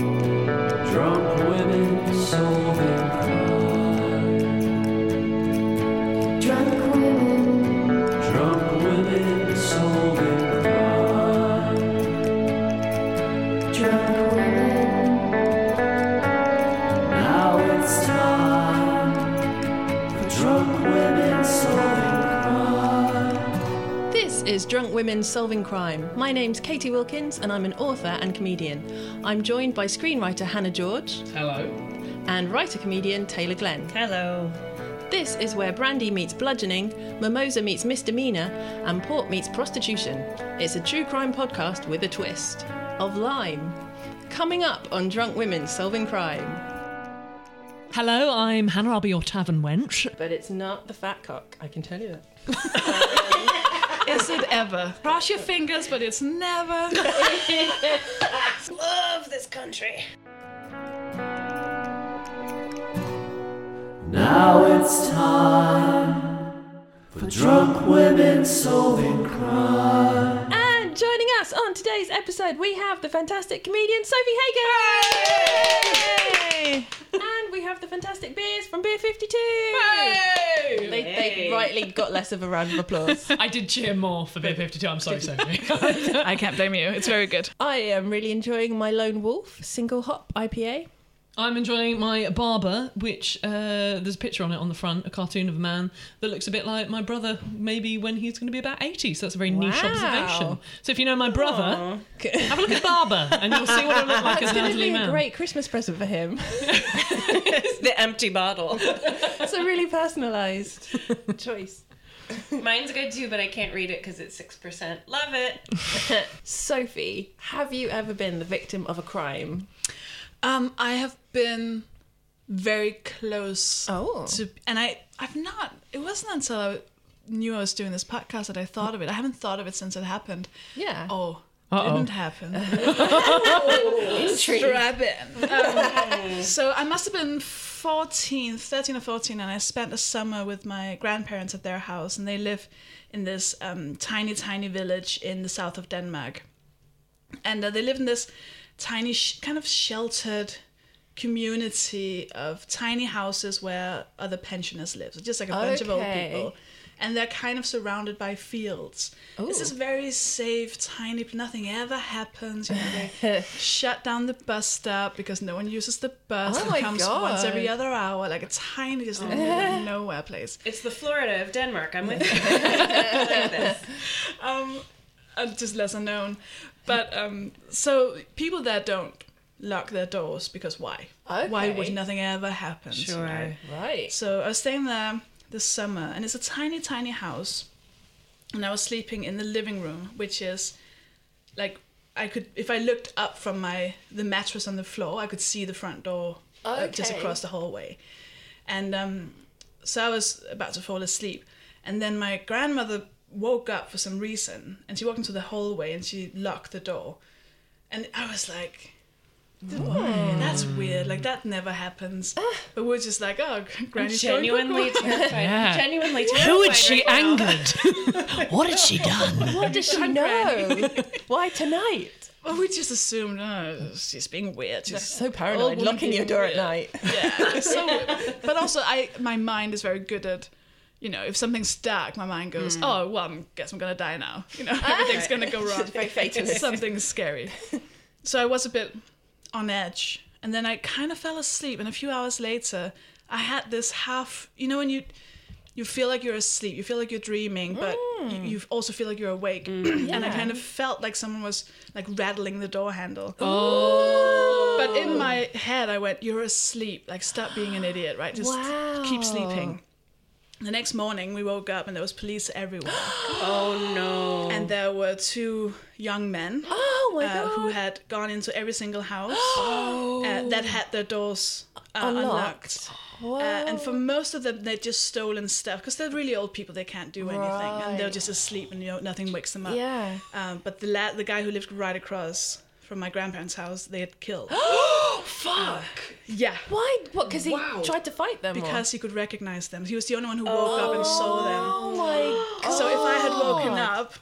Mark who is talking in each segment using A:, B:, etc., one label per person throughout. A: Drunk women solving crime.
B: Drunk women,
A: Drunk women solving crime.
B: drunk women,
A: Now it's time for drunk women solving crime.
C: This is Drunk Women Solving Crime. My name's Katie Wilkins and I'm an author and comedian. I'm joined by screenwriter Hannah George
D: Hello.
C: and writer comedian Taylor Glenn.
E: Hello.
C: This is where brandy meets bludgeoning, mimosa meets misdemeanor, and port meets prostitution. It's a true crime podcast with a twist of lime. Coming up on Drunk Women Solving Crime.
D: Hello, I'm Hannah. I'll be your tavern wench.
C: But it's not the fat cock, I can tell you that. Is it ever?
D: Cross your fingers, but it's never.
E: Love this country.
A: Now it's time for drunk women solving crime.
C: And joining us on today's episode, we have the fantastic comedian Sophie Hagen. and we have the fantastic beers from Beer 52. They, they rightly got less of a round of applause.
D: I did cheer more for Beer 52. I'm sorry, Sophie. I can't blame you. It's very good.
C: I am really enjoying my Lone Wolf single hop IPA.
D: I'm enjoying my barber, which uh, there's a picture on it on the front, a cartoon of a man that looks a bit like my brother, maybe when he's going to be about 80. So that's a very niche
C: Wow.
D: observation. So if you know my brother, have a look at barber and you'll see what I look like as
C: That's
D: an
C: going to
D: elderly
C: be
D: man.
C: a great Christmas present for him.
E: The empty bottle.
C: That's a really personalised choice.
E: Mine's good too, but I can't read it because it's 6%. Love it.
C: Sophie, have you ever been the victim of a crime?
F: Um, I have been very close.
C: Oh.
F: To, and I, I've not. It wasn't until I knew I was doing this podcast that I thought of it. I haven't thought of it since it happened.
C: Yeah.
F: Oh.
D: Uh-oh.
F: Didn't happen. Strap in. Um, so I must have been 14, 13 or 14, and I spent a summer with my grandparents at their house, and they live in this um, tiny, tiny village in the south of Denmark and uh, they live in this tiny sh- kind of sheltered community of tiny houses where other pensioners live so just like a bunch of old
C: Okay.
F: people and they're kind of surrounded by fields it's this very safe tiny nothing ever happens you know they shut down the bus stop because no one uses the bus
C: Oh
F: It
C: my
F: comes once every
C: God. Oh.
F: other hour like a tiny just middle of nowhere place
E: It's the Florida of Denmark. I'm with you. I love this.
F: um, uh, just lesser known. But um, so people there don't lock their doors because why? Why would
G: Okay.
F: nothing ever happen? you
G: Sure.
F: know?
G: Right.
F: So I was staying there this summer, and it's a tiny, tiny house, and I was sleeping in the living room, which is like I could if I looked up from my the mattress on the floor, I could see the front door uh, just
G: Okay.
F: across the hallway, and um, so I was about to fall asleep, and then my grandmother woke up for some reason, and she walked into the hallway and she locked the door, and I was like. "Why? That's weird. Like that never happens. But we're just like, oh, Granny's going
H: genuinely
F: cuckoo."
H: terrified.
D: Yeah.
H: Genuinely terrified.
D: Who had she
H: right now.
D: angered? what had she done?
I: What does she know? Why tonight?
F: Well, we just assumed, oh, she's being weird. She's
C: so paranoid,
F: woman
C: locking your
F: being
C: door at
F: weird.
C: night.
F: Yeah. So, but also, I my mind is very good at, you know, if something's dark, my mind goes,
C: Mm.
F: oh, well, I guess I'm gonna die now. You know, everything's gonna go wrong.
C: Ah. Very fatalist.
F: Something's scary. So I was a bit on edge, and then I kind of fell asleep. And a few hours later, I had this half, you know, when you. You feel like you're asleep. You feel like you're dreaming, but you, you also feel like you're awake. and I
C: Hmm. Mm. Yeah.
F: kind of felt like someone was like rattling the door handle.
C: Oh.
F: But in my head, I went, "You're asleep. Like, stop being an idiot. Right? Just keep sleeping." The next morning, we woke up and there was police everywhere. oh no! And there were two young men. Oh
C: my
F: Who had gone into every single house uh, that had their doors uh,
C: Unlocked.
F: unlocked. Uh, and
C: Oh.
F: for most of them, they'd just stolen stuff because they're really old people. They can't do anything, and they're
C: Right.
F: just asleep, and you know nothing wakes them up.
C: Yeah.
F: Um, but the la- the guy who lived right across from my grandparents' house, they had killed. Uh,
C: Fuck.
F: yeah.
C: Why? What? Because he tried to fight them. or-
F: Because he could recognize them. He was the only one who woke up and saw them.
C: Oh my god.
F: So if I had woken up,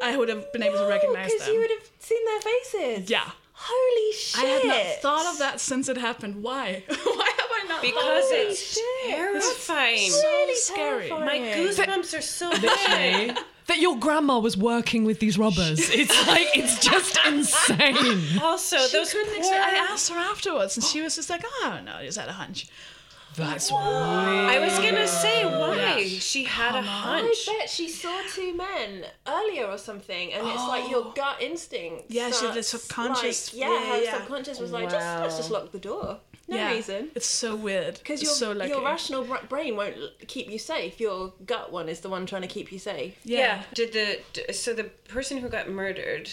F: I would have been able to recognize
C: Because
F: them.
C: you would have seen their faces.
F: Yeah.
C: Holy shit.
F: I had not thought of that sinse it happened. Why? Why have I not?
H: Because
F: thought of
H: it's
F: that?
H: terrifying.
F: It's so
H: Really
F: scary.
H: My goosebumps are so
F: Literally.
H: big.
D: That your grandma was working with these robbers. It's like, it's just insane.
H: Also,
F: she
H: those
F: couldn't
H: poor-
F: explain. I asked her afterwards, and she was just like, "Oh, I don't know, I just had a hunch."
D: That's
H: I was gonna say why she had a hunch.
C: I bet she saw two men earlier or something, and it's like your gut instinct.
F: Oh. Yeah, she- the
C: starts,
F: subconscious-
C: Like, yeah,
F: yeah,
C: her
F: yeah.
C: subconscious was like, just let's just lock the door. No
F: Yeah.
C: reason.
F: It's so weird.
C: Because your,
F: It's so lucky.
C: your rational bra- brain won't l- keep you safe. Your gut one is the one trying to keep you safe.
H: Yeah. Did the d- so the person who got murdered?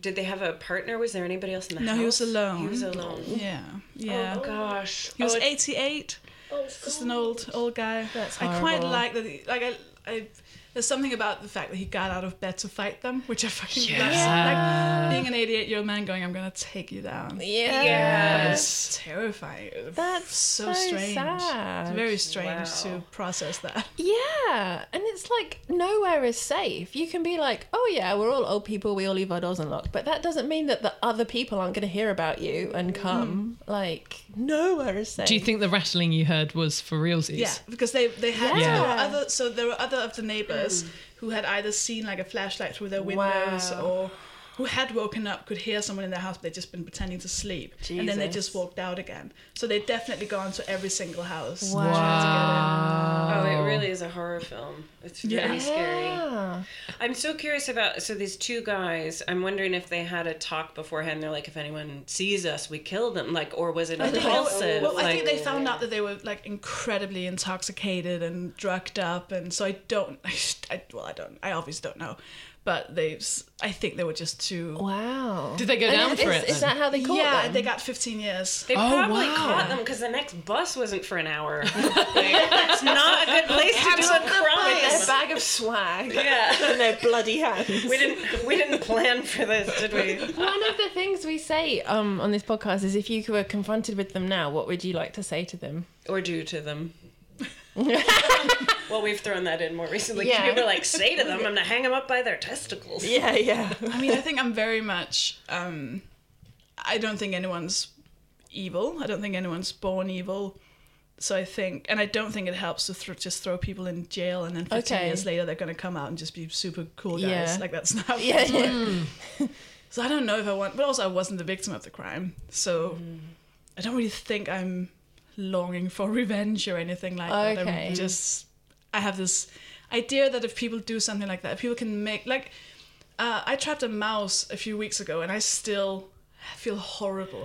H: Did they have a partner? Was there anybody else in the
F: No,
H: house?
F: he was alone.
H: He was alone.
F: Yeah, yeah.
H: Oh gosh.
F: He was
H: oh, it-
F: 88. Just an old old guy.
C: That's
F: I quite
C: horrible.
F: like that. He, like I, I, there's something about the fact that he got out of bed to fight them, which I fucking
D: Yeah.
F: love. Like being an 88 year old man going, "I'm gonna take you down."
C: Yeah.
F: It's terrifying. That's
C: so
F: so, strange.
C: sad.
F: It's very strange to process that.
C: Yeah, and it's like nowhere is safe. You can be like, oh yeah, we're all old people, we all leave our doors unlocked, but that doesn't mean that the other people aren't going to hear about you and come. Like, nowhere is safe.
D: Mm-hmm. Do you think the rattling you heard was for realsies?
F: Yeah, because they they had
C: Yeah.
F: there were
C: Yeah.
F: other so there were other of the neighbors who had either seen like a flashlight through their windows
C: Wow.
F: or who had woken up could hear someone in their house but they'd just been pretending to sleep and then they
C: Jesus.
F: just walked out again. So they'd definitely gone to every single house.
C: Wow.
H: oh, it really is a horror film. It's very
F: Yeah.
H: scary.
C: Yeah.
H: I'm so curious about so these two guys. I'm wondering if they had a talk beforehand. They're like, if anyone sees us, we kill them. Like, or was it
F: I think,
H: impulsive?
F: well, I think
H: Like-
F: they found out that they were like incredibly intoxicated and drugged up, and so I don't. I, well, I don't. I obviously don't know, but they. s- I think they were just too.
C: Wow.
D: Did they go
C: And
D: down
C: is,
D: for
C: is,
D: it?
C: Is
D: then?
C: that how they caught
F: yeah,
C: them?
F: they got 15 years.
H: They
D: Oh,
H: probably
D: wow.
H: caught them because the next bus wasn't for an hour. It's not a good place to do a
C: Their
H: crime.
C: bag of swag
H: Yeah.
C: and their bloody hands.
H: We didn't we didn't plan for this, did we?
C: One of the things we say um, on this podcast is if you were confronted with them now, what would you like to say to them?
H: Or do to them. well, we've thrown that in more recently. 'cause
C: Yeah.
H: People are like, say to them, I'm gonna hang them up by their testicles.
C: Yeah, yeah.
F: I mean, I think I'm very much. Um, I don't think anyone's evil. I don't think anyone's born evil. So I think, and I don't think it helps to thro just throw people in jail and then 15
C: Okay.
F: years later they're going to come out and just be super cool guys.
C: Yeah.
F: Like that's not.
C: Yeah, yeah.
F: So I don't know if I want, but also I wasn't the victim of the crime, so
C: Hmm.
F: I don't really think I'm longing for revenge or anything like that.
C: Okay.
F: I'm just I have this idea that if people do something like that, if people can make like uh, I trapped a mouse a few weeks ago, and I still I feel horrible.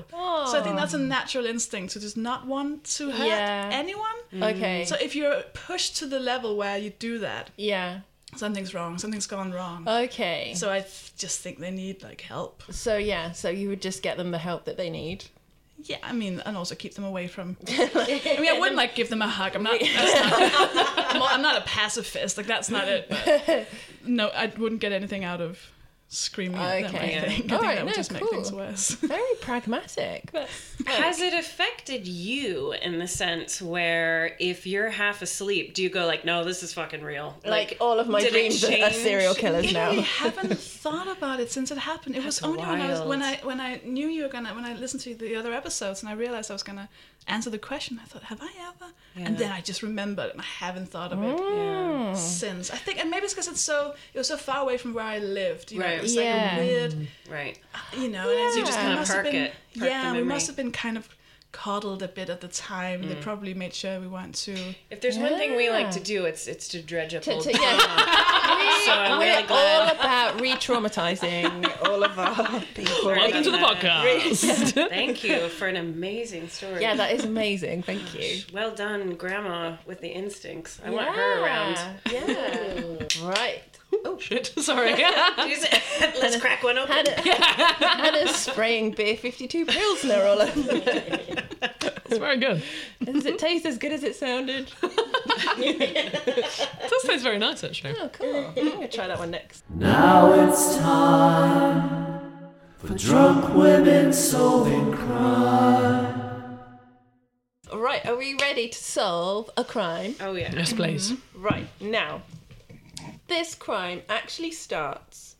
F: So I think that's a natural instinct to just not want to hurt
C: Yeah.
F: anyone.
C: Mm. Okay.
F: So if you're pushed to the level where you do that,
C: yeah,
F: something's wrong. Something's gone wrong.
C: Okay.
F: So I th- just think they need like help.
C: So yeah, so you would just get them the help that they need.
F: Yeah, I mean, and also keep them away from. I mean, I wouldn't like give them a hug. I'm not. That's not I'm, not I'm not a pacifist. Like that's not it. but no, I wouldn't get anything out of screaming at them.
C: Okay.
F: I think, I
C: All
F: think
C: right,
F: that would
C: no,
F: just make
C: cool.
F: things worse.
C: Very pragmatic.
H: Has it affected you in the sense where if you're half asleep, do you go like, "No, this is fucking real."
C: Like, all of my
H: did it
C: dreams are- are
H: change?
C: serial killers now.
F: I haven't thought about it since it happened. It was
C: That's
F: only when I was when I
C: wild.
F: when I knew you were gonna when I listened to the other episodes and I realized I was gonna answer the question. I thought, have I ever? And
C: Yeah.
F: then I just remembered and I haven't thought of it
C: Mm. Yeah.
F: since. I think, and maybe it's because it's so it was so far away from where I lived. You know,
H: Right.
F: it was
H: Yeah.
F: like a weird,
H: Right.
F: you know. and
H: So you just
F: we
H: kinda
F: must have
H: perk
F: been-
H: it, perk the
F: Yeah, we
H: memory.
F: must have been kind of coddled a bit at the time. They
H: Mm.
F: probably made sure we weren't too.
H: If there's one thing we like
F: Yeah.
H: to do, it's it's to dredge up
F: To-
H: old
F: to-
H: trauma. so I'm
C: We're
H: really
C: all
H: glad.
C: about re-traumatizing all of our people.
H: Learned
C: Welcome to the
H: about that.
C: podcast.
H: Re- Thank you for an amazing story.
C: Yeah, that is amazing. Thank you.
H: Well done, Grandma, with the instincts. I want her around.
C: Yeah. right.
J: Oh shit! Sorry.
H: Let's crack one open.
C: Hannah, Hannah's spraying beer 52 Pilsner all over.
J: It's very good.
C: Does it taste as good as it sounded?
J: It does taste very nice, actually.
C: Oh, cool. I'm going to try that one next.
A: Now it's time for drunk women solving crime.
C: All right, are we ready to solve a crime?
H: Oh, yeah.
J: Yes, please.
C: Right, now, this crime actually starts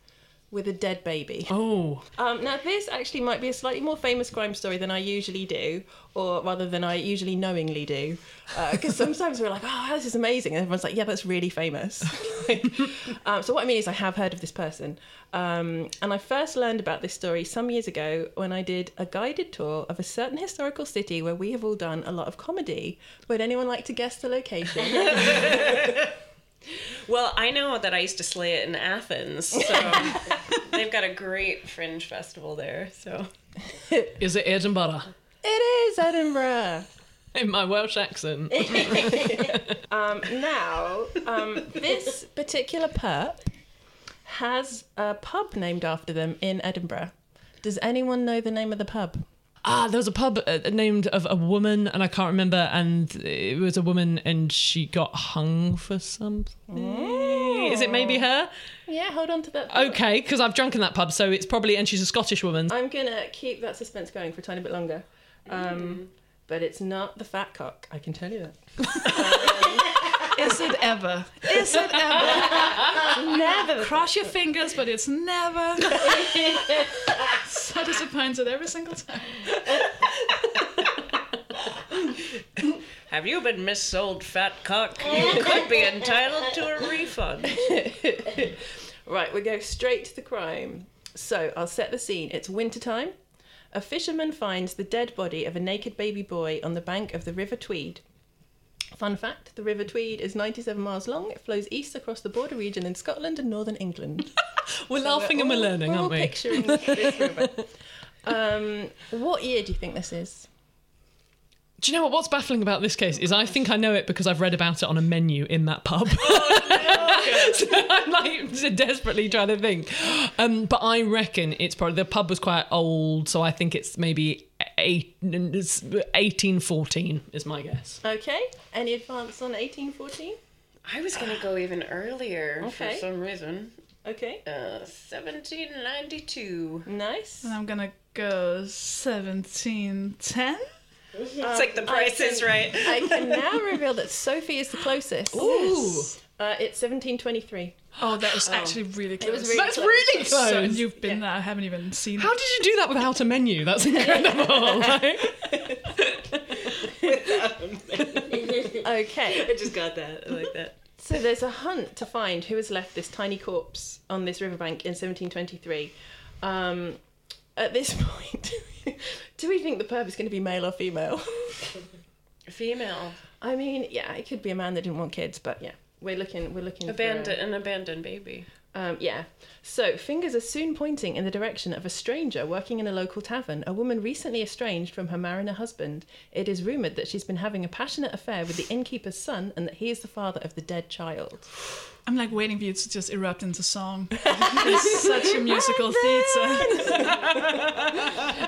C: with a dead baby.
J: Oh.
C: Um, now, this actually might be a slightly more famous crime story than I usually do, or rather than I usually knowingly do, because sometimes we're like, oh, this is amazing. And everyone's like, yeah, that's really famous. um, so, what I mean is, I have heard of this person. Um, and I first learned about this story some years ago when I did a guided tour of a certain historical city where we have all done a lot of comedy. Would anyone like to guess the location?
H: Well, I know that I used to slay it in Athens, so they've got a great fringe festival there. So
J: Is it Edinburgh?
C: It is Edinburgh.
J: In my Welsh accent.
C: um, now, um, this particular perp has a pub named after them in Edinburgh. Does anyone know the name of the pub?
J: Ah, there was a pub uh, named of a woman, and I can't remember. And it was a woman, and she got hung for something. Is it maybe her?
C: Yeah, hold on to that.
J: Okay, because I've drunk in that pub, so it's probably. And she's a Scottish woman.
C: I'm gonna keep that suspense going for a tiny bit longer. Um, But it's not the fat cock. I can tell you that.
F: Is it ever? Is it ever? never. Cross your fingers, but it's never. so disappointed every single time.
H: Have you been missold, fat cock? You could be entitled to a refund.
C: Right, we go straight to the crime. So I'll set the scene. It's wintertime. A fisherman finds the dead body of a naked baby boy on the bank of the River Tweed. Fun fact the River Tweed is 97 miles long. It flows east across the border region in Scotland and northern England.
J: We're laughing and we're
C: all-
J: learning,
C: we're
J: aren't
C: all
J: we?
C: picturing this river. Um, what year do you think this is?
J: Do you know what? What's baffling about this case is I think I know it because I've read about it on a menu in that pub.
C: Oh,
J: so I'm like desperately trying to think. Um, but I reckon it's probably the pub was quite old, so I think it's maybe eight, 1814 is my guess.
C: Okay. Any advance on 1814?
H: I was gonna go even earlier
C: Okay.
H: for some reason.
C: Okay.
H: Uh, 1792.
C: Um, Nice.
F: And I'm gonna go 1710.
H: It's like the price is right.
C: I can now reveal that Sophie is the closest.
F: Ooh.
C: Uh, it's 1723.
F: Oh, that was actually really
C: It
F: close.
C: was really That's close. really
F: So
J: close.
F: you've been there. I haven't even seen
J: How
F: it.
J: did you do that without a menu? That's incredible. like.
C: Okay.
H: I just got that. I like that.
C: So there's a hunt to find who has left this tiny corpse on this riverbank in 1723. Um, at this point, do we think the perp is going to be male or female?
H: Female
C: I mean, yeah, it could be a man that didn't want kids, but yeah, we're looking, we're looking. for a-
H: abandoned, an abandoned baby.
C: Um, yeah. So, fingers are soon pointing in the direction of a stranger working in a local tavern, a woman recently estranged from her mariner husband. It is rumoured that she's been having a passionate affair with the innkeeper's son and that he is the father of the dead child.
F: I'm like waiting for you to just erupt into song. it's such a musical theatre.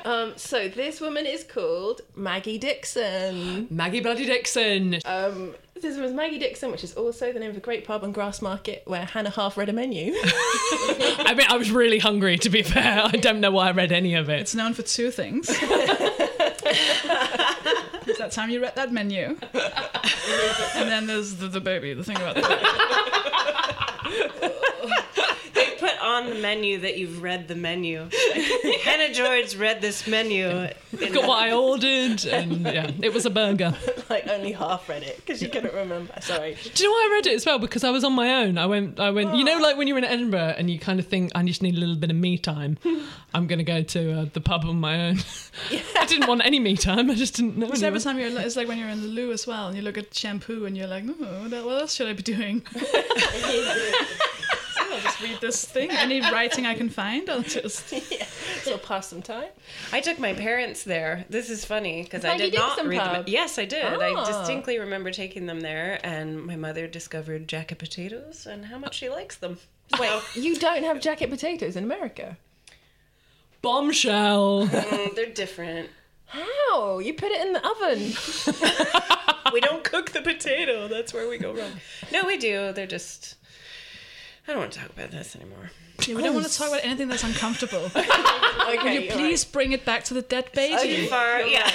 C: Um, so, this woman is called Maggie Dixon.
J: Maggie Bloody Dixon.
C: Um, this was Maggie Dixon, which is also the name of a great pub on Grassmarket where Hannah half read a menu.
J: I mean, I was really hungry, to be fair. I don't know why I read any of it.
F: It's known for two things. It's that time you read that menu. and then there's the, the baby, the thing about the baby.
H: They put on the menu that you've read the menu. Hannah George read this menu.
J: Look at what I ordered, and yeah, it was a burger.
C: like, only half read it because she couldn't remember. Sorry.
J: Do you know why I read it as well? Because I was on my own. I went, I went. You know, like when you're in Edinburgh and you kind of think, I just need a little bit of me time. I'm going to go to uh, the pub on my own. I didn't want any me time. I just didn't know.
F: It's every
J: anyone.
F: time you're, it's like when you're in the loo as well, and you look at shampoo, and you're like, oh, what what else should I be doing? I'll just read this thing. Any writing I can find, I'll just.
C: So, pass some time.
H: I took my parents there. This is funny because I
C: Maggie
H: did Oh. not
C: Dixon
H: read them.
C: pub.
H: Yes, I did. I
C: Ah.
H: distinctly remember taking them there, and my mother discovered jacket potatoes and how much she likes them.
C: Wait, you don't have jacket potatoes in America?
J: Bombshell.
H: Mm, they're different.
C: How? You put it in the oven.
H: We don't cook the potato. That's where we go wrong. No, we do. They're just. I don't want to talk about this anymore.
F: Yeah, we don't want to talk about anything that's uncomfortable. Will you please bring it back to the dead
H: Too
F: baby?
H: far. Yeah.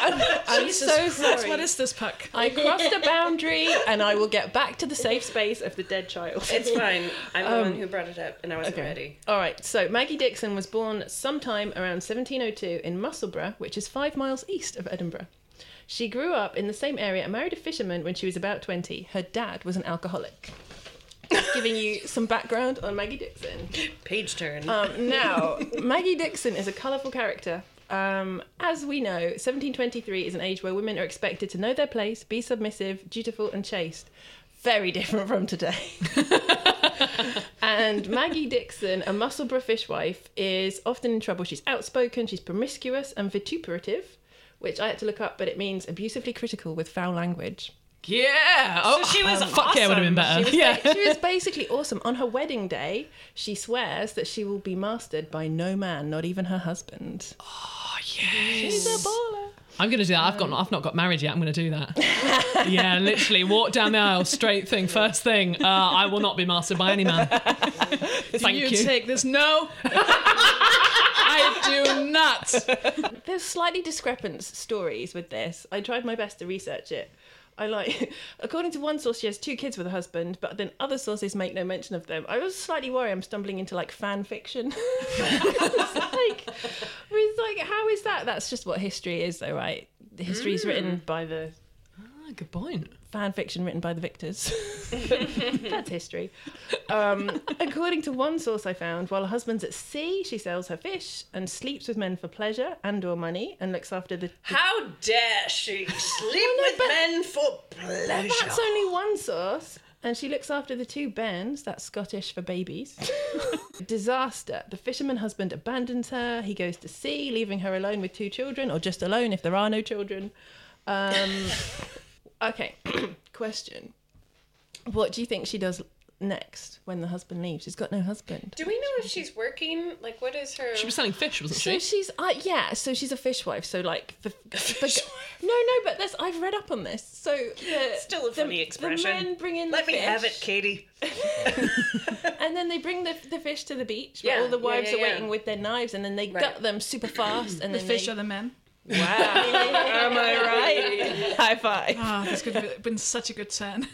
C: I'm
F: Jesus
C: so
F: Christ,
C: sorry.
F: What is this puck?
C: I crossed a boundary and I will get back to the safe space of the dead child.
H: It's fine. I'm the one who brought it up, and I wasn't ready.
C: All right, so Maggie Dixon was born sometime around 1702 in Musselburgh, which is five miles east of Edinburgh. She grew up in the same area and married a fisherman when she was about 20. Her dad was an alcoholic. Just giving you some background on Maggie Dixon.
H: Page turn.
C: Um, now, Maggie Dixon is a colourful character. Um, as we know, 1723 is an age where women are expected to know their place, be submissive, dutiful, and chaste. Very different from today. and Maggie Dixon, a Musselburgh fishwife, is often in trouble. She's outspoken, she's promiscuous, and vituperative, which I had to look up, but it means abusively critical with foul language.
J: Yeah. Oh,
H: she was
J: fuck yeah, would have been better.
C: She was,
J: Uh, yeah.
C: ba- she was basically awesome. On her wedding day, she swears that she will be mastered by no man, not even her husband. She's a baller.
J: I'm gonna do that. I've got. I've not got married yet. I'm gonna do that. yeah, literally walk down the aisle, straight thing, first thing. Uh, I will not be mastered by any man. Thank
F: you,
J: you.
F: take this. No, I do not.
C: There's slightly discrepant stories with this. I tried my best to research it. I like, according to one source, she has two kids with her husband, but then other sources make no mention of them. I was slightly worried I'm stumbling into like fan fiction. it's like, it's like, how is that? That's just what history is, though, right? The History is written by the
J: Ah, good point.
C: fan fiction written by the victors. That's history. Um, according to one source I found, while her husband's at sea, she sells her fish and sleeps with men for pleasure and/or money, and looks after the.
H: How dare she sleep with men for pleasure?
C: That's only one source. And she looks after the two bairns, that's Scottish for babies. Disaster. The fisherman husband abandons her. He goes to sea, leaving her alone with two children, or just alone if there are no children. Um, okay, question. What do you think she does next when the husband leaves? She's got no husband.
H: Do we know if she's working? Like, what is her?
J: She was selling fish, wasn't
C: So
J: she?
C: she's uh, yeah. So she's a fishwife. So like the, the no no, but that's I've read up on this. So the,
H: Still a
C: the-
H: funny
C: the
H: expression.
C: men bring in the
H: Let me have
C: fish.
H: it, Katie.
C: and then they bring the, the fish to the beach where
H: Yeah,
C: all the
H: yeah,
C: wives
H: yeah,
C: are
H: yeah.
C: waiting with their knives and then they
H: Right.
C: gut them super fast and
F: The
C: then
F: fish
C: they,
F: are the men.
C: am I right high five
F: Ah, this could have been such a good turn.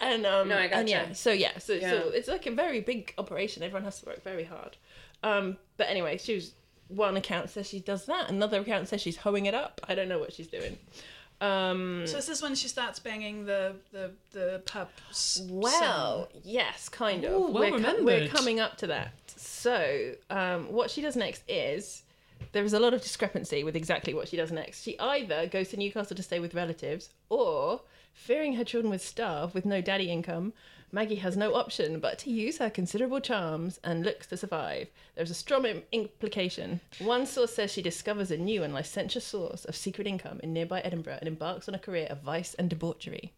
C: and um
H: No, I
C: and
H: gotcha.
C: yeah so yeah so,
H: Yeah.
C: so it's like a very big operation everyone has to work very hard um but anyway she was one account says she does that another account says she's hoeing it up I don't know what she's doing um
F: so is this when she starts banging the the the pups?
C: Well, yes, kind of.
J: Ooh, well
C: we're, co- we're
J: remembered.
C: coming up to that. So, um, what she does next is there is a lot of discrepancy with exactly what she does next. She either goes to Newcastle to stay with relatives, or fearing her children would starve with no daddy income, Maggie has no option but to use her considerable charms and looks to survive. There's a strong im- implication. One source says she discovers a new and licentious source of secret income in nearby Edinburgh and embarks on a career of vice and debauchery.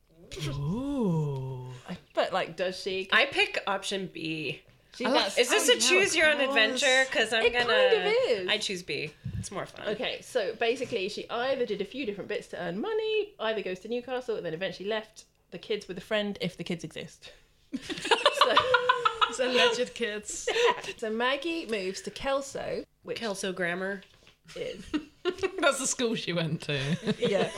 H: Ooh.
C: But like, does she?
H: I pick option B.
C: She does.
H: is this a
C: Oh,
H: choose
C: yeah,
H: your
C: of
H: own adventure? Because I'm
C: It
H: gonna.
C: kind of is.
H: I choose B. It's more fun.
C: Okay, so basically, she either did a few different bits to earn money, either goes to Newcastle, and then eventually left the kids with a friend, if the kids exist.
F: It's alleged kids.
C: So Maggie moves to Kelso, which
H: Kelso Grammar
C: is.
J: That's the school she went to.
C: Yeah.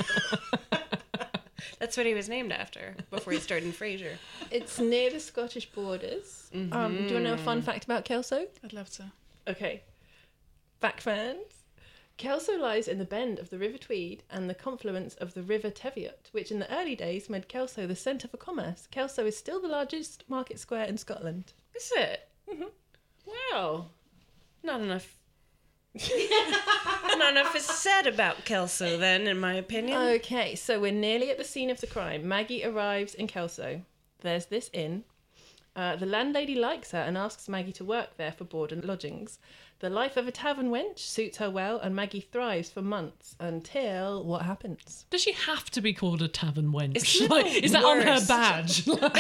H: That's what he was named after before he starred in Frasier.
C: It's near the Scottish borders. Um, do you want to know a fun
H: Mhm.
C: fact about Kelso?
F: I'd love to.
C: Okay. Back fans. Kelso lies in the bend of the River Tweed and the confluence of the River Teviot, which in the early days made Kelso the centre for commerce. Kelso is still the largest market square in Scotland. Mm-hmm.
H: Is it? Wow. Not enough. Not enough is said about Kelso, then, in my opinion.
C: Okay, so we're nearly at the scene of the crime. Maggie arrives in Kelso. There's this inn. Uh, the landlady likes her and asks Maggie to work there for board and lodgings. The life of a tavern wench suits her well, and Maggie thrives for months until what happens?
J: Does she have to be called a tavern wench?
C: Isn't that
J: Like,
C: the
J: is that on her
C: worst?
J: badge? Like,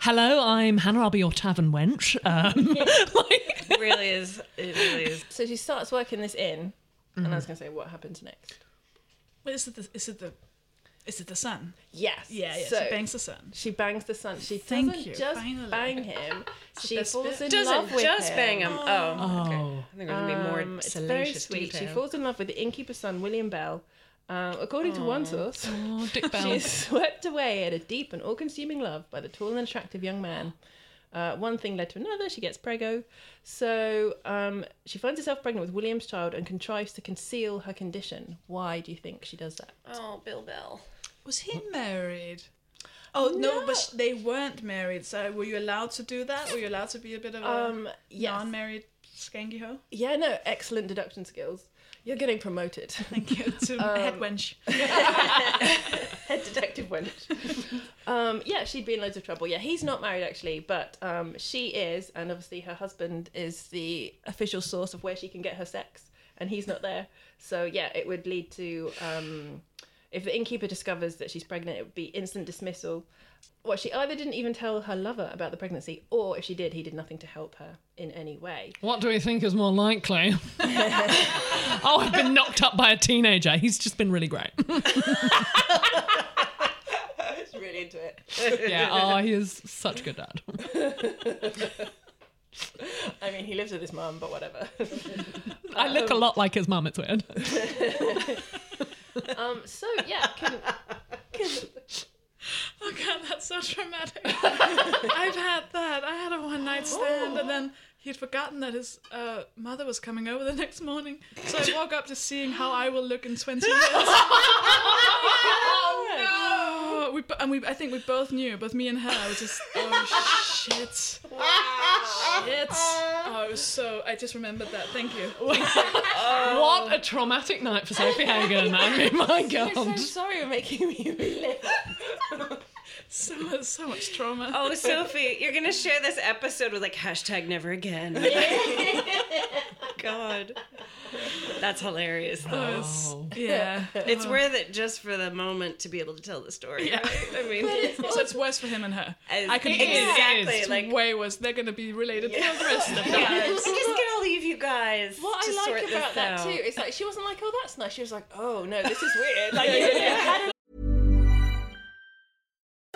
J: Hello, I'm Hannah. I'll be your tavern wench. Um,
C: it
H: really is. It really is.
C: So she starts working this inn, and I was
F: Mhm.
C: going to say, what happens next?
F: Wait, is it the is it the is it the son?
C: Yes.
F: Yeah, yeah.
C: So-
F: she bangs the son.
C: She bangs the son. She
F: Thank
C: doesn't
F: you,
C: just
F: finally.
C: bang him.
F: the
C: she
F: best
C: falls
F: bit.
C: in
F: Doesn't
C: love with
H: just
C: him.
H: bang him. Oh, Oh. okay. I think there's gonna be more
C: Um, it's very
H: salacious
C: sweet. She
H: detail.
C: falls in love with the innkeeper's son, William Bell. Um, according to one
H: Aw.
C: source,
J: Aw, Dick Bell.
C: she's swept away in a deep and all-consuming love by the tall and attractive young man. Uh, one thing led to another. She gets preggo, so um, she finds herself pregnant with William's child and contrives to conceal her condition. Why do you think she does that?
H: Oh, Bill Bell.
F: Was he married? Oh no, but sh- they weren't married. So were you allowed to do that? Were you allowed to be a bit of a
C: Um, yes.
F: non-married skanky hoe?
C: Yeah, no, excellent deduction skills. You're getting promoted. Thank
F: you to head wench.
C: head detective wench. Um, yeah, she'd be in loads of trouble. Yeah, he's not married actually, but um, she is, and obviously her husband is the official source of where she can get her sex, and he's not there. So yeah, it would lead to um, if the innkeeper discovers that she's pregnant, it would be instant dismissal. Well, she either didn't even tell her lover about the pregnancy, or if she did, he did nothing to help her in any way.
J: what do we think is more likely? oh, I've been knocked up by a teenager. He's just been really great.
C: She's really into it.
J: yeah. Oh, he is such a good dad.
C: I mean, he lives with his mum, but whatever.
J: I look a lot like his mum. It's weird.
C: um, so yeah, can, can,
F: Oh god, that's so traumatic. I've had that. I had a one night stand, and
H: Oh.
F: then he'd forgotten that his uh, mother was coming over the next morning. So I woke up to seeing how I will look in twenty years.
A: Oh,
H: Oh.
F: no! We, bo- and we, I think we both knew, both me and her. were just oh shit, shit. Oh, it was so. I just remembered that. Thank you.
J: What a traumatic night for Sophie Hagen. I mean, my God.
C: sorry for making me relive.
F: so much, so much trauma.
H: Oh, Sophie, you're gonna share this episode with like hashtag never again. God, that's hilarious. Though.
F: Oh. Yeah.
H: it's worth it just for the moment to be able to tell the story.
F: Yeah.
H: right? I mean,
F: so it's worse for him and her.
H: As-
F: I can
H: It
F: think
H: is,
F: exactly
H: it is.
F: it's way worse. They're gonna be related for the rest of their
H: Yeah. I'm
F: lives.
H: just gonna leave you guys.
C: What
H: to
C: I
H: sort
C: like
H: this
C: about that
H: out.
C: too is like she wasn't like, oh, that's nice. She was like, oh no, this is weird. Like, how did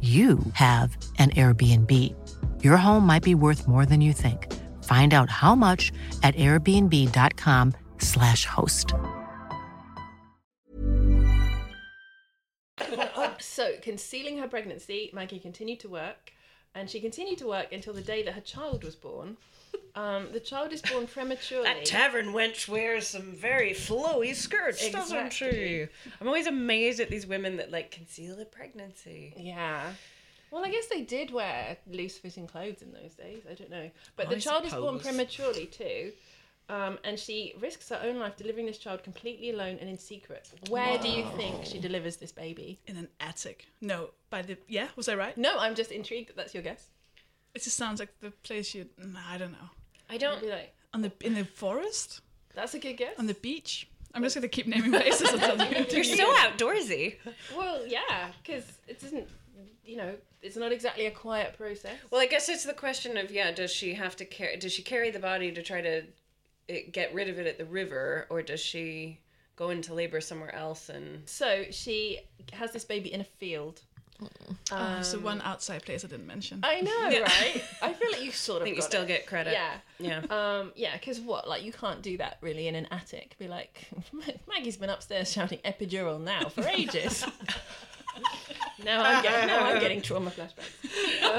K: you have an Airbnb. Your home might be worth more than you think. Find out how much at airbnb.com/slash host.
C: so, concealing her pregnancy, Maggie continued to work, and she continued to work until the day that her child was born. Um, the child is born prematurely.
H: That tavern wench wears some very flowy skirts, doesn't she?
C: Exactly.
H: I'm always amazed at these women that like conceal a pregnancy.
C: Yeah. Well, I guess they did wear loose fitting clothes in those days. I don't know. But the
H: I
C: child is born
H: suppose.
C: prematurely too. Um, and she risks her own life delivering this child completely alone and in secret. Where do you think she
F: Wow.
C: delivers this baby?
F: In an attic. No, by the yeah, was I right?
C: No, I'm just intrigued that that's your guess.
F: It just sounds like the place you. mm, I don't know.
C: I don't like
F: On the in the forest.
C: That's a good guess.
F: On the beach. I'm just gonna keep naming places until you.
H: You're so outdoorsy.
C: Well, yeah, because it doesn't, you know, it's not exactly a quiet process.
H: Well, I guess it's the question of yeah, does she have to carry? Does she carry the body to try to eh, get rid of it at the river, or does she go into labor somewhere else? And
C: So she has this baby in a field.
F: Oh, so
C: Um,
F: one outside place I didn't mention.
C: I know,
F: Yeah.
C: right? I feel like you sort of
H: Think you
C: got
H: still
C: it.
H: get credit.
C: Yeah,
H: Yeah.
C: um, yeah. Because what, like, you can't do that really in an attic. Be like, Maggie's been upstairs shouting epidural now for ages. now I'm getting now I'm getting trauma flashbacks. Um,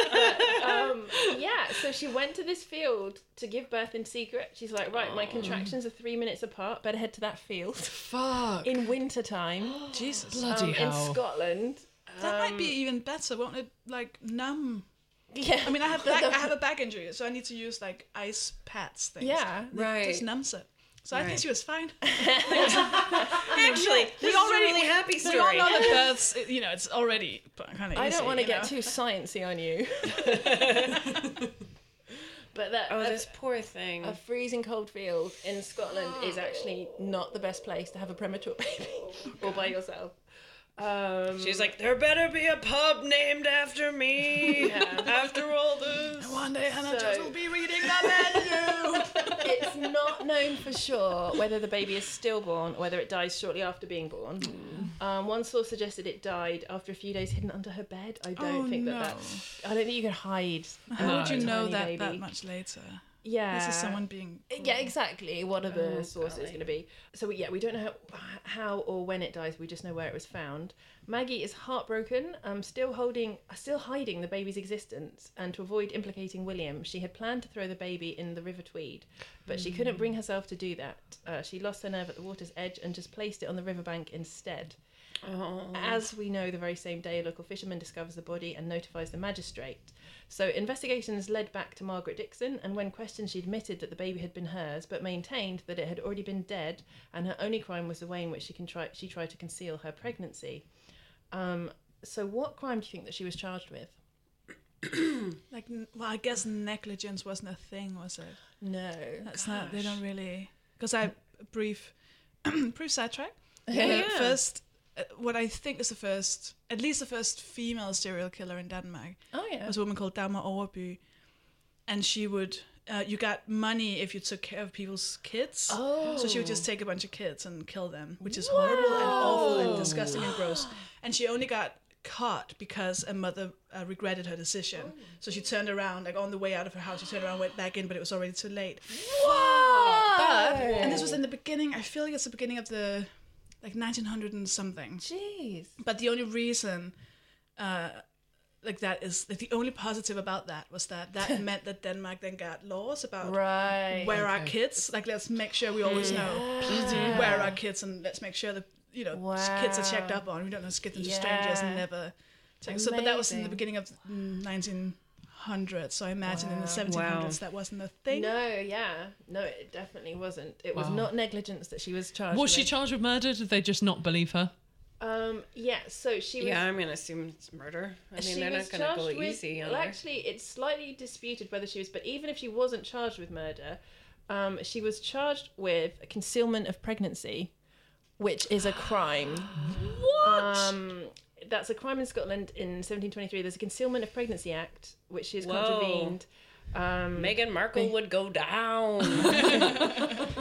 C: but, um, yeah, so she went to this field to give birth in secret. She's like, right, my
F: Oh.
C: contractions are three minutes apart. Better head to that field.
F: Fuck.
C: In winter time. Jesus.
F: Bloody hell.
C: Um, In Scotland.
F: That might be
C: Um,
F: even better, won't it? Like numb.
C: Yeah.
F: I mean, I have back, I have a back injury, so I need to use like ice pads things.
C: Yeah.
F: That
C: Right.
F: Just numbs it. So I
C: Right.
F: think she was fine.
H: Actually, this is a really happy
F: We all
H: story.
F: know that births, it- you know, it's already kind of.
C: I don't want to get too sciencey on you. but that uh,
H: Oh,
C: a-
H: this poor thing.
C: A freezing cold field in Scotland is actually not the best place to have a premature baby all by yourself. Um,
H: She's like, there better be a pub named after me. After all this,
F: one day Hannah
C: So-
F: Jones will be reading that menu.
C: it's not known for sure whether the baby is stillborn or whether it dies shortly after being born.
F: Hmm.
C: Um, one source suggested it died after a few days hidden under her bed. I don't
F: Oh,
C: think
F: no.
C: that that's. I don't think you can hide.
F: How
C: a
F: would you know
C: tiny
F: that
C: baby.
F: that much later?
C: Yeah.
F: This is someone being.
C: Yeah, exactly. What are the
F: Oh,
C: sources going to be? So we, yeah, we don't know how, how or when it dies. We just know where it was found. Maggie is heartbroken, um, still holding, still hiding the baby's existence, and to avoid implicating William, she had planned to throw the baby in the River Tweed, but she couldn't
F: Hmm.
C: bring herself to do that. Uh, she lost her nerve at the water's edge and just placed it on the riverbank instead.
H: Oh.
C: As we know, the very same day, a local fisherman discovers the body and notifies the magistrate. So, investigations led back to Margaret Dixon, and when questioned, she admitted that the baby had been hers, but maintained that it had already been dead, and her only crime was the way in which she, contri- she tried to conceal her pregnancy. Um, so, what crime do you think that she was charged with?
F: Like, n- well, I guess negligence wasn't a thing, was it?
C: No.
F: That's not. They don't
C: Oh, Gosh.
F: really. Because I brief, brief sidetrack.
C: Yeah.
F: The
C: Yeah.
F: First, uh, what I think is the first, at least the first female serial killer in Denmark.
C: Oh, yeah.
F: Was a woman called Dagmar Overby, and she would. Uh, you got money if you took care of people's kids. So she would just
C: Oh.
F: take a bunch of kids and kill them, which is horrible and awful and
C: Wow.
F: disgusting and gross. And she only got caught because a mother uh, regretted her decision. So she turned around, like on the way out of her house, she turned around, went back in, but it was already too late.
C: Oh!
F: But and this was in the beginning. I feel like it's the beginning of the like 1900 and something.
C: Jeez.
F: But the only reason, uh, like that is like the only positive about that was that that meant that Denmark then got laws about
C: Right.
F: where our
C: Okay.
F: kids. Like let's make sure we always know where our kids and let's make sure that you know kids are checked
C: Wow.
F: up on. We don't just get them to
C: Yeah.
F: strangers and never. Check. So, but that was in the
C: Amazing.
F: beginning of 1900. So I imagine in the
C: Wow.
F: 1700s
C: Wow.
F: that wasn't a thing.
C: No, yeah. No, it definitely wasn't. It was
J: Wow.
C: not negligence that she was charged
J: Was she
C: with.
J: charged with murder? Did they just not believe her?
C: Um, yeah, so she was.
H: yeah, I'm gonna assume it's murder. I mean,
C: she
H: they're
C: was
H: not gonna go
C: charged with-
H: easy on
C: well,
H: her.
C: actually, it's slightly disputed whether she was, but even if she wasn't charged with murder, um, she was charged with concealment of pregnancy, which is a crime. what? Um, that's a crime in Scotland in 1723. There's a Concealment of Pregnancy Act, which is
H: Whoa.
C: contravened. Um,
H: Meghan Markle
C: big-
H: would go down.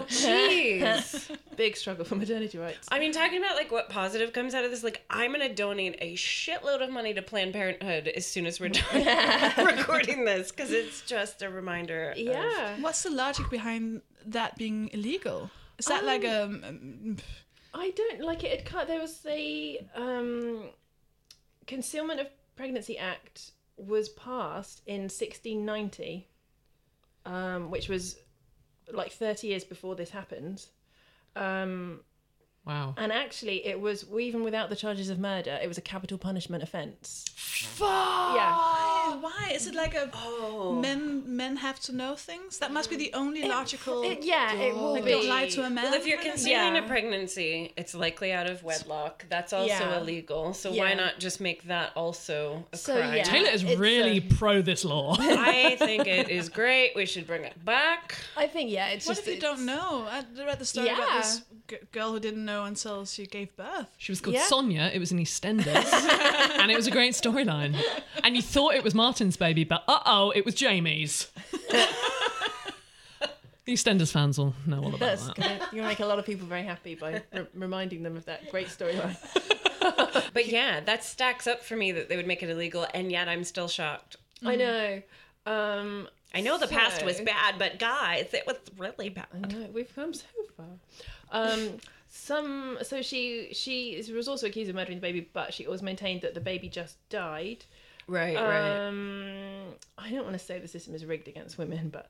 H: Jeez.
C: big struggle for maternity rights.
H: I mean, talking about like what positive comes out of this, like I'm gonna donate a shitload of money to Planned Parenthood as soon as we're done recording this, because it's just a reminder. of-
F: What's the logic behind that being illegal? Is that like a?
C: Um, I don't like it. it can't, there was the um, Concealment of Pregnancy Act was passed in 1690, um, which was like 30 years before this happened. Um,
J: Wow.
C: and actually, it was even without the charges of murder, it was a capital punishment offence.
F: Why? Why is it like a? Men men have to know things. That must be the only logical.
C: Oh. it- yeah, it will
F: like, Don't
C: be.
F: lie to a man.
H: Well, if you're
F: kind of thing?
H: concealing a pregnancy, it's likely out of wedlock. That's also
F: Yeah.
H: illegal. So
F: Yeah.
H: why not just make that also a
C: So,
H: crime?
C: yeah,
J: Taylor is really pro this law.
H: I think it is great. We should bring it back.
C: I think yeah. It's
F: what
C: just
F: if you don't know? I read the story about
C: Yeah.
F: this g- girl who didn't know until she gave birth.
J: She was called Sonia. It was in EastEnders, and it was a great storyline. And you thought it was Martin's baby, but uh oh, it was Jamie's. the EastEnders fans will know all about
C: That's
J: that.
C: gonna, you're gonna make a lot of people very happy by re- reminding them of that great storyline.
H: But yeah, that stacks up for me that they would make it illegal, and yet I'm still shocked.
C: I know. Um,
H: I know the past was
C: so-
H: bad, but guys, it was really bad.
C: No, we've come so far. Um, some so she she is- was also accused of murdering the baby, but she always maintained that the baby just died.
H: Right, right.
C: Um, I don't want to say the system is rigged against women, but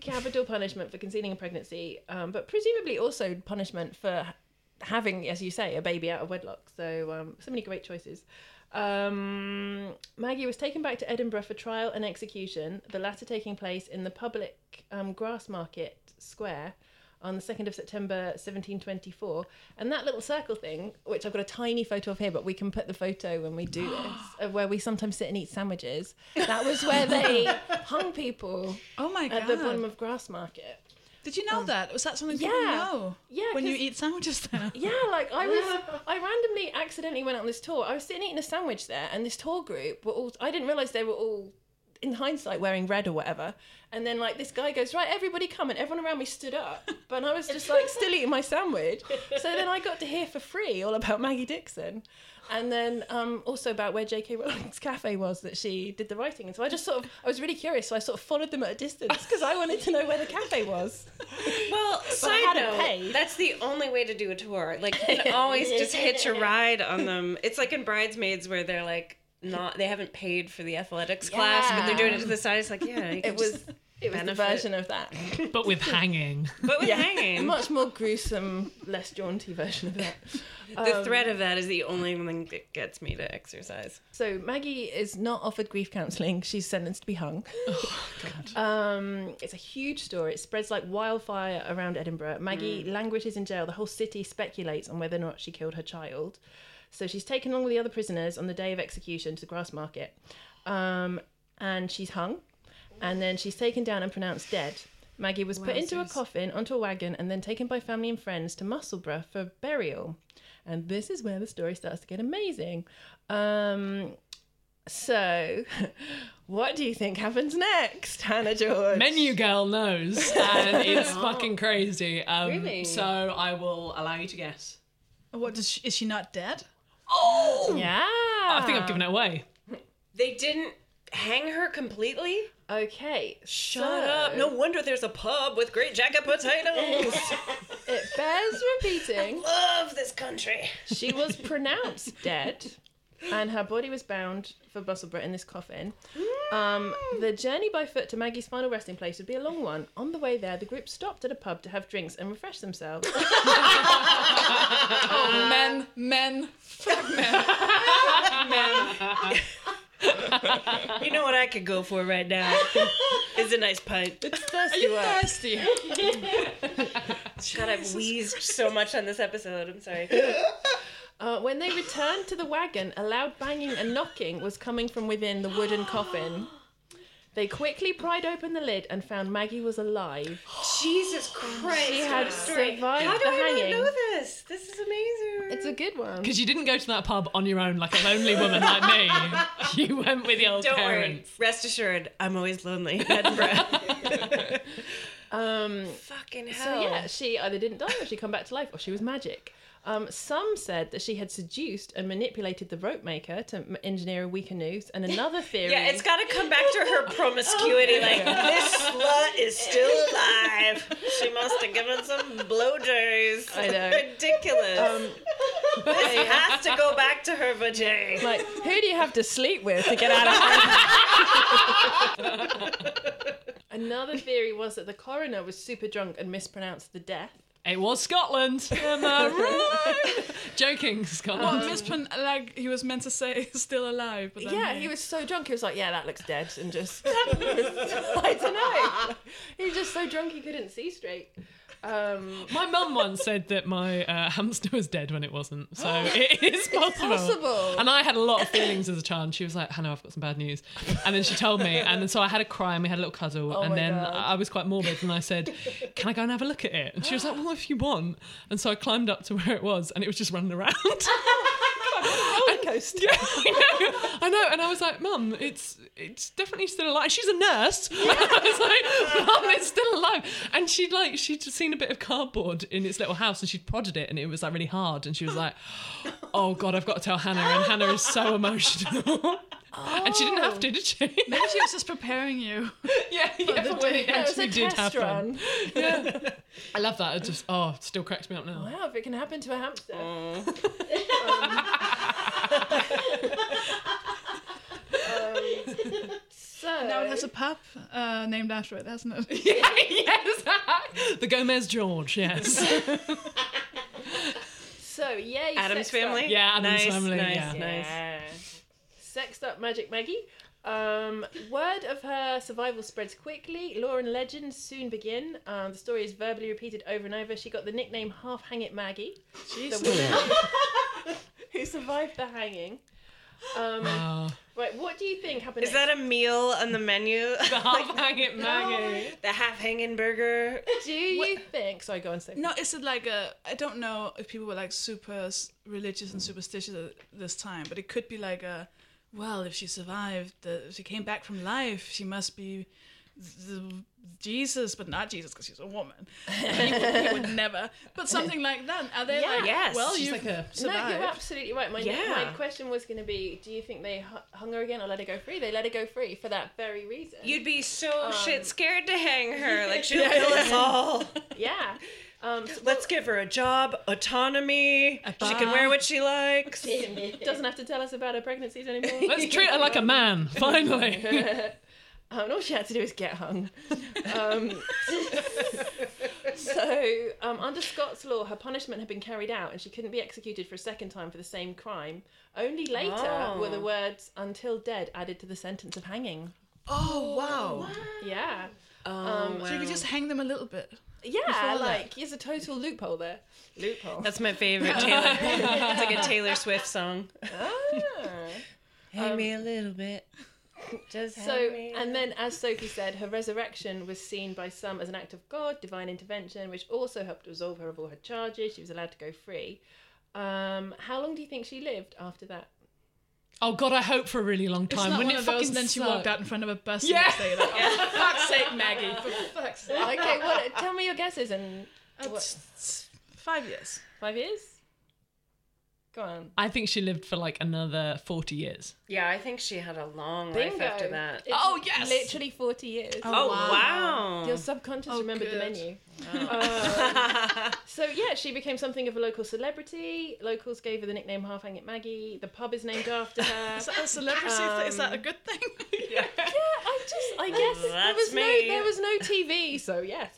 C: capital punishment for concealing a pregnancy, um, but presumably also punishment for ha- having, as you say, a baby out of wedlock. So, um, so many great choices. Um, Maggie was taken back to Edinburgh for trial and execution, the latter taking place in the public um, Grassmarket Square on the 2nd of September 1724. And that little circle thing, which I've got a tiny photo of here, but we can put the photo when we do this, of where we sometimes sit and eat sandwiches. That was where they hung people
F: Oh my
C: at the
F: God.
C: bottom of Grassmarket.
F: Did you know that? Was that something people
C: Oh. yeah.
F: know?
C: Yeah,
F: When you
C: 'cause-
F: eat sandwiches there.
C: Yeah, like I was, I randomly accidentally went on this tour. I was sitting eating a sandwich there, and this tour group were all, I didn't realize they were all, in hindsight, wearing red or whatever. And then, like, this guy goes, Right, everybody come. And everyone around me stood up. But I was just, like, still eating my sandwich. So then I got to hear for free all about Maggie Dixon. And then um, also about where J.K. Rowling's cafe was that she did the writing. And so I just sort of, I was really curious. So I sort of followed them at a distance because I wanted to know where the cafe was.
H: Well,
C: I
H: side
C: hadn't
H: note,
C: paid.
H: that's the only way to do a tour. Like you can always just hitch a ride on them. It's like in Bridesmaids where they're like not they haven't paid for the athletics class, but they're doing it to the side. It's like yeah, you
C: It
H: can
C: was
H: just
C: it was the
H: benefit.
C: version of that,
J: But with hanging.
H: but with
C: Yeah.
H: hanging.
C: much more gruesome, less jaunty version of that.
H: the
C: Um,
H: threat of that is the only thing that gets me to exercise.
C: So Maggie is not offered grief counselling. She's sentenced to be hung. Um, it's a huge story. It spreads like wildfire around Edinburgh. Maggie languishes in jail. The whole city speculates on whether or not she killed her child. So she's taken along with the other prisoners on the day of execution to the grass market. Um, and she's hung. And then she's taken down and pronounced dead. Maggie was put into a
H: Wowzers.
C: coffin, onto a wagon, and then taken by family and friends to Musselburgh for burial. And this is where the story starts to get amazing. Um, so, what do you think happens next, Hannah George?
J: Menu Girl knows, and it's fucking crazy. Um,
C: Really?
J: So I will allow you to guess.
F: What does she, is she not dead?
J: Oh!
C: Yeah.
J: I think I've given it away.
H: They didn't hang her completely.
C: Okay.
H: Shut up! No wonder there's a pub with great jacket potatoes.
C: It bears repeating.
H: Love this country.
C: She was pronounced dead, and her body was bound for Busselborough in this coffin. Um, the journey by foot to Maggie's final resting place would be a long one. On the way there, the group stopped at a pub to have drinks and refresh themselves.
F: Oh, men, men, fuck men.
H: You know what I could go for right now is a nice pint.
C: Thirsty
H: you
C: work.
F: thirsty?
H: God, I've wheezed so much on this episode. I'm sorry.
C: Uh, when they returned to the wagon, a loud banging and knocking was coming from within the wooden coffin. They quickly pried open the lid and found Maggie was alive.
H: Jesus Christ!
C: She had
H: what a story.
C: survived
H: How do
C: the
H: I
C: hanging.
H: not know this? This is amazing.
C: It's a good one.
J: Because you didn't go to that pub on your own like a lonely woman like me. You went with your old
H: Don't
J: parents.
H: worry. Rest assured, I'm always lonely.
C: Um,
H: Fucking
C: So
H: hell.
C: yeah, she either didn't die or she come back to life or she was magic. Um, some said that she had seduced and manipulated the rope maker to m- engineer a weaker noose, and another theory.
H: Yeah, it's got to come back to her promiscuity. Like this slut is still alive. She must have given some blowjobs.
C: I know. Um,
H: Ridiculous. this has to go back to her vagina.
C: Like, who do you have to sleep with to get out of Another theory was that the coroner was super drunk and mispronounced the death.
J: It was Scotland. Am I right? Joking, Scotland.
C: Uh-huh.
F: What mispron- like he was meant to say is still alive, but then
C: yeah,
F: he-
C: he was so drunk. He was like, "Yeah, that looks dead," and just I don't know. He was just so drunk he couldn't see straight. Um,
J: My mum once said that my uh, hamster was dead when it wasn't, so it is
C: It's
J: possible.
C: possible.
J: And I had a lot of feelings as a child. She was like, "Hannah, I've got some bad news," and then she told me, and then so I had a cry and we had a little cuddle,
C: Oh
J: and
C: my
J: then
C: God.
J: I was quite morbid, and I said, "Can I go and have a look at it?" And she was like, "Well, if you want." And so I climbed up to where it was, and it was just running around.
C: roller coaster.
J: Yeah, I know, I know. And I was like, "Mum, it's it's definitely still alive." She's a nurse. I was like, "Mum, it's still alive." And she'd like she'd just seen a bit of cardboard in its little house, and she'd prodded it, and it was like really hard. And she was like, "Oh God, I've got to tell Hannah." And Hannah is so emotional. And she didn't have to, did she?
F: maybe she was just preparing you.
J: yeah, yeah,
F: the
J: for when
F: day. It
J: it
F: was a
J: actually did
F: test
J: happen.
F: run.
J: Yeah, I love that. It just oh, it still cracks me up now.
C: Wow, if it can happen to a hamster. Um, um, so
F: Now it has a pup uh, named after it, hasn't it?
J: yes, the Gomez George. Yes,
C: so yay,
H: Adam's
C: sexed
H: family.
C: up.
J: Yeah, Adam's
H: nice,
J: family,
H: Nice,
J: yeah.
H: nice.
C: Sexed up Magic Maggie. Um, word of her survival spreads quickly. Lore and legend soon begin. Um, the story is verbally repeated over and over. She got the nickname Half Hang It Maggie.
F: Jesus.
C: The woman who survived the hanging. Um,
J: Uh,
H: Wow.
C: Right, what do you think happened?
H: Is that a meal on the menu? The
J: half hanging
F: Maggie.
H: The half hanging burger.
C: Do you think? Sorry, go on, Sophie.
F: No, is it like a? I don't know if people were like super s- religious and superstitious at this time, but it could be like a. Well, if she survived, the, if she came back from life, she must be the, Jesus, but not Jesus because she's a woman. he, would, he would never. But something like that. Are they like? Well, you
C: No,
F: survived.
C: you're absolutely right. My,
F: Yeah.
C: my question was going to be: Do you think they hu- hung her again or let her go free? They let her go free for that very reason.
H: You'd be so
C: Um,
H: shit scared to hang her. Like she'll kill us all.
C: Yeah. Um, so-
H: Let's give her a job, autonomy. she can
C: bar.
H: wear what she likes.
C: Doesn't have to tell us about her pregnancies anymore.
J: Let's treat her like a man. Finally.
C: Um, and all she had to do is get hung. Um, so, um, under Scots law, her punishment had been carried out and she couldn't be executed for a second time for the same crime. Only later
H: Oh.
C: were the words until dead added to the sentence of hanging.
F: Oh wow.
C: Yeah.
F: so you could just hang them a little bit.
C: Yeah,
F: before that.
C: like, here's a total loophole there. Loophole.
H: That's my favorite Taylor. it's like a Taylor Swift song. Hang me a little bit. Just
C: So, and then, as Sophie said, her resurrection was seen by some as an act of God, divine intervention, which also helped absolve her of all her charges. She was allowed to go free. Um, how long do you think she lived after that?
J: Oh God, I hope for a really long
F: It's
J: time.
F: not
J: Wouldn't
F: one
J: it
F: of those.
J: fucking
F: And then she
J: suck?
F: walked out in front of a bus.
J: Yeah.
F: Yeah. And they like, oh, for fuck's sake, Maggie. For fuck's sake.
C: okay, what? Tell me your guesses and what?
F: It's five years.
C: Five years? Go on.
J: I think she lived for like another forty years.
H: Yeah, I think she had a long life
C: Bingo.
H: after that.
C: It's Literally forty years.
H: Oh, wow.
C: Your subconscious
F: Oh,
C: remembered the
F: good.
C: menu.
H: Oh.
C: Um, so yeah, she became something of a local celebrity. Locals gave her the nickname Half Hang It Maggie. The pub is named after her.
F: Is that a celebrity? thing? is that a good thing?
C: Um, Yeah, I just, I guess there
H: That's
C: was
H: me.
C: no, there was no TV, so yes.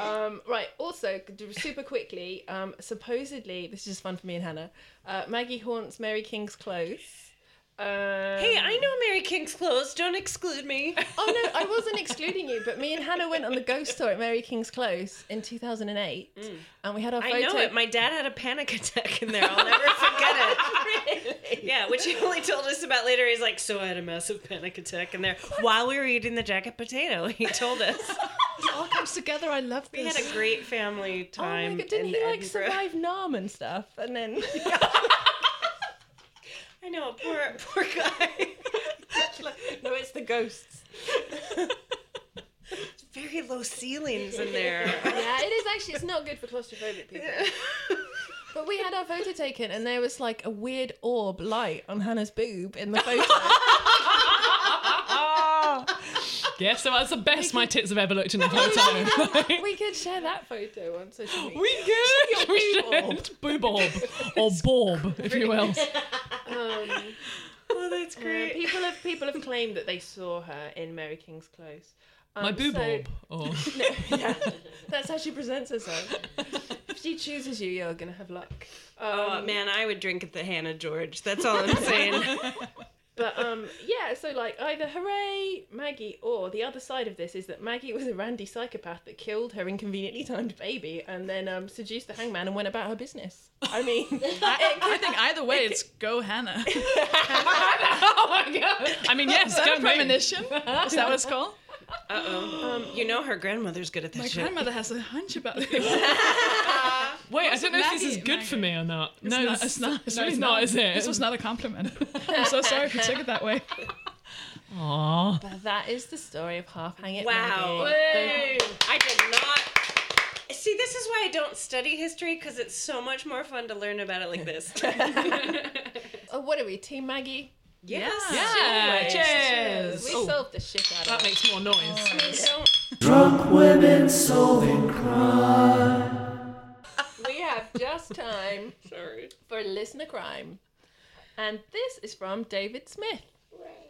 C: Um, right. Also, d- super quickly, um, supposedly this is just fun for me and Hannah. Uh, Maggie haunts Mary King's clothes.
H: hey, I know Mary King's clothes. Don't exclude me.
C: Oh no, I wasn't excluding you, but me and Hannah went on the ghost tour at Mary King's Close in 2008, and we had our photo.
H: I know it. My dad had a panic attack in there. I'll never forget it. Yeah, which he only told us about later. He's like, so I had a massive panic attack in there while we were eating the jacket potato. He told us.
C: it all comes together. I love
H: We
C: this.
H: had a great family time.
C: Oh my god, didn't
H: in
C: he like
H: Edinburgh.
C: survive Nam and stuff? And then
H: I know, poor poor guy.
C: no, it's the ghosts.
H: Very low ceilings in there.
C: yeah, it is actually. It's not good for claustrophobic people. But we had our photo taken, and there was like a weird orb light on Hannah's boob in the photo.
J: Yes, so that's the best my tits have ever looked in a whole
C: we could share that photo on social media.
J: We could. We should. Boob orb. Or borb, if you will.
C: Um,
H: oh, that's
C: great. people have people have claimed that they saw her in Mary King's clothes. Um,
J: My boob
C: so-
J: orb. Or...
C: No, yeah, that's how she presents herself. If she chooses you, you're gonna have luck.
H: Oh
C: Um,
H: man, I would drink at the Hannah George. That's all I'm saying.
C: But um, yeah, so like either hooray Maggie or the other side of this is that Maggie was a randy psychopath that killed her inconveniently timed baby and then um, seduced the hangman and went about her business. I mean,
F: I, I think either way, it's go Hannah.
C: oh my god!
J: I mean, yes,
F: Is that a
J: don't make-
F: premonition? Is that what it's called?
H: Uh oh. you know her grandmother's good at this
F: My
H: shit.
F: grandmother has a hunch about this.
J: Wait, I
F: Was
J: don't
F: it
J: know if this
F: Maggie?
J: is good for me or not.
F: It's
J: no,
F: not, it's not. It's
J: no,
F: really
J: it's not, is it?
F: This was not a compliment. I'm so sorry if you took it that way.
J: Aww.
C: But that is the story of half hang it.
H: Wow.
C: Maggie. The-
H: I did not. See, this is why I don't study history because it's so much more fun to learn about it like this.
C: Oh, what are we, Team Maggie?
H: Yes.
J: Yeah,
C: Cheers.
J: cheers.
C: We
J: Oh.
C: solved the shit out of
J: That makes
F: Oh.
J: more noise.
A: Drunk women solving crime.
C: we have just time
H: Sorry.
C: for listener crime. And this is from David Smith.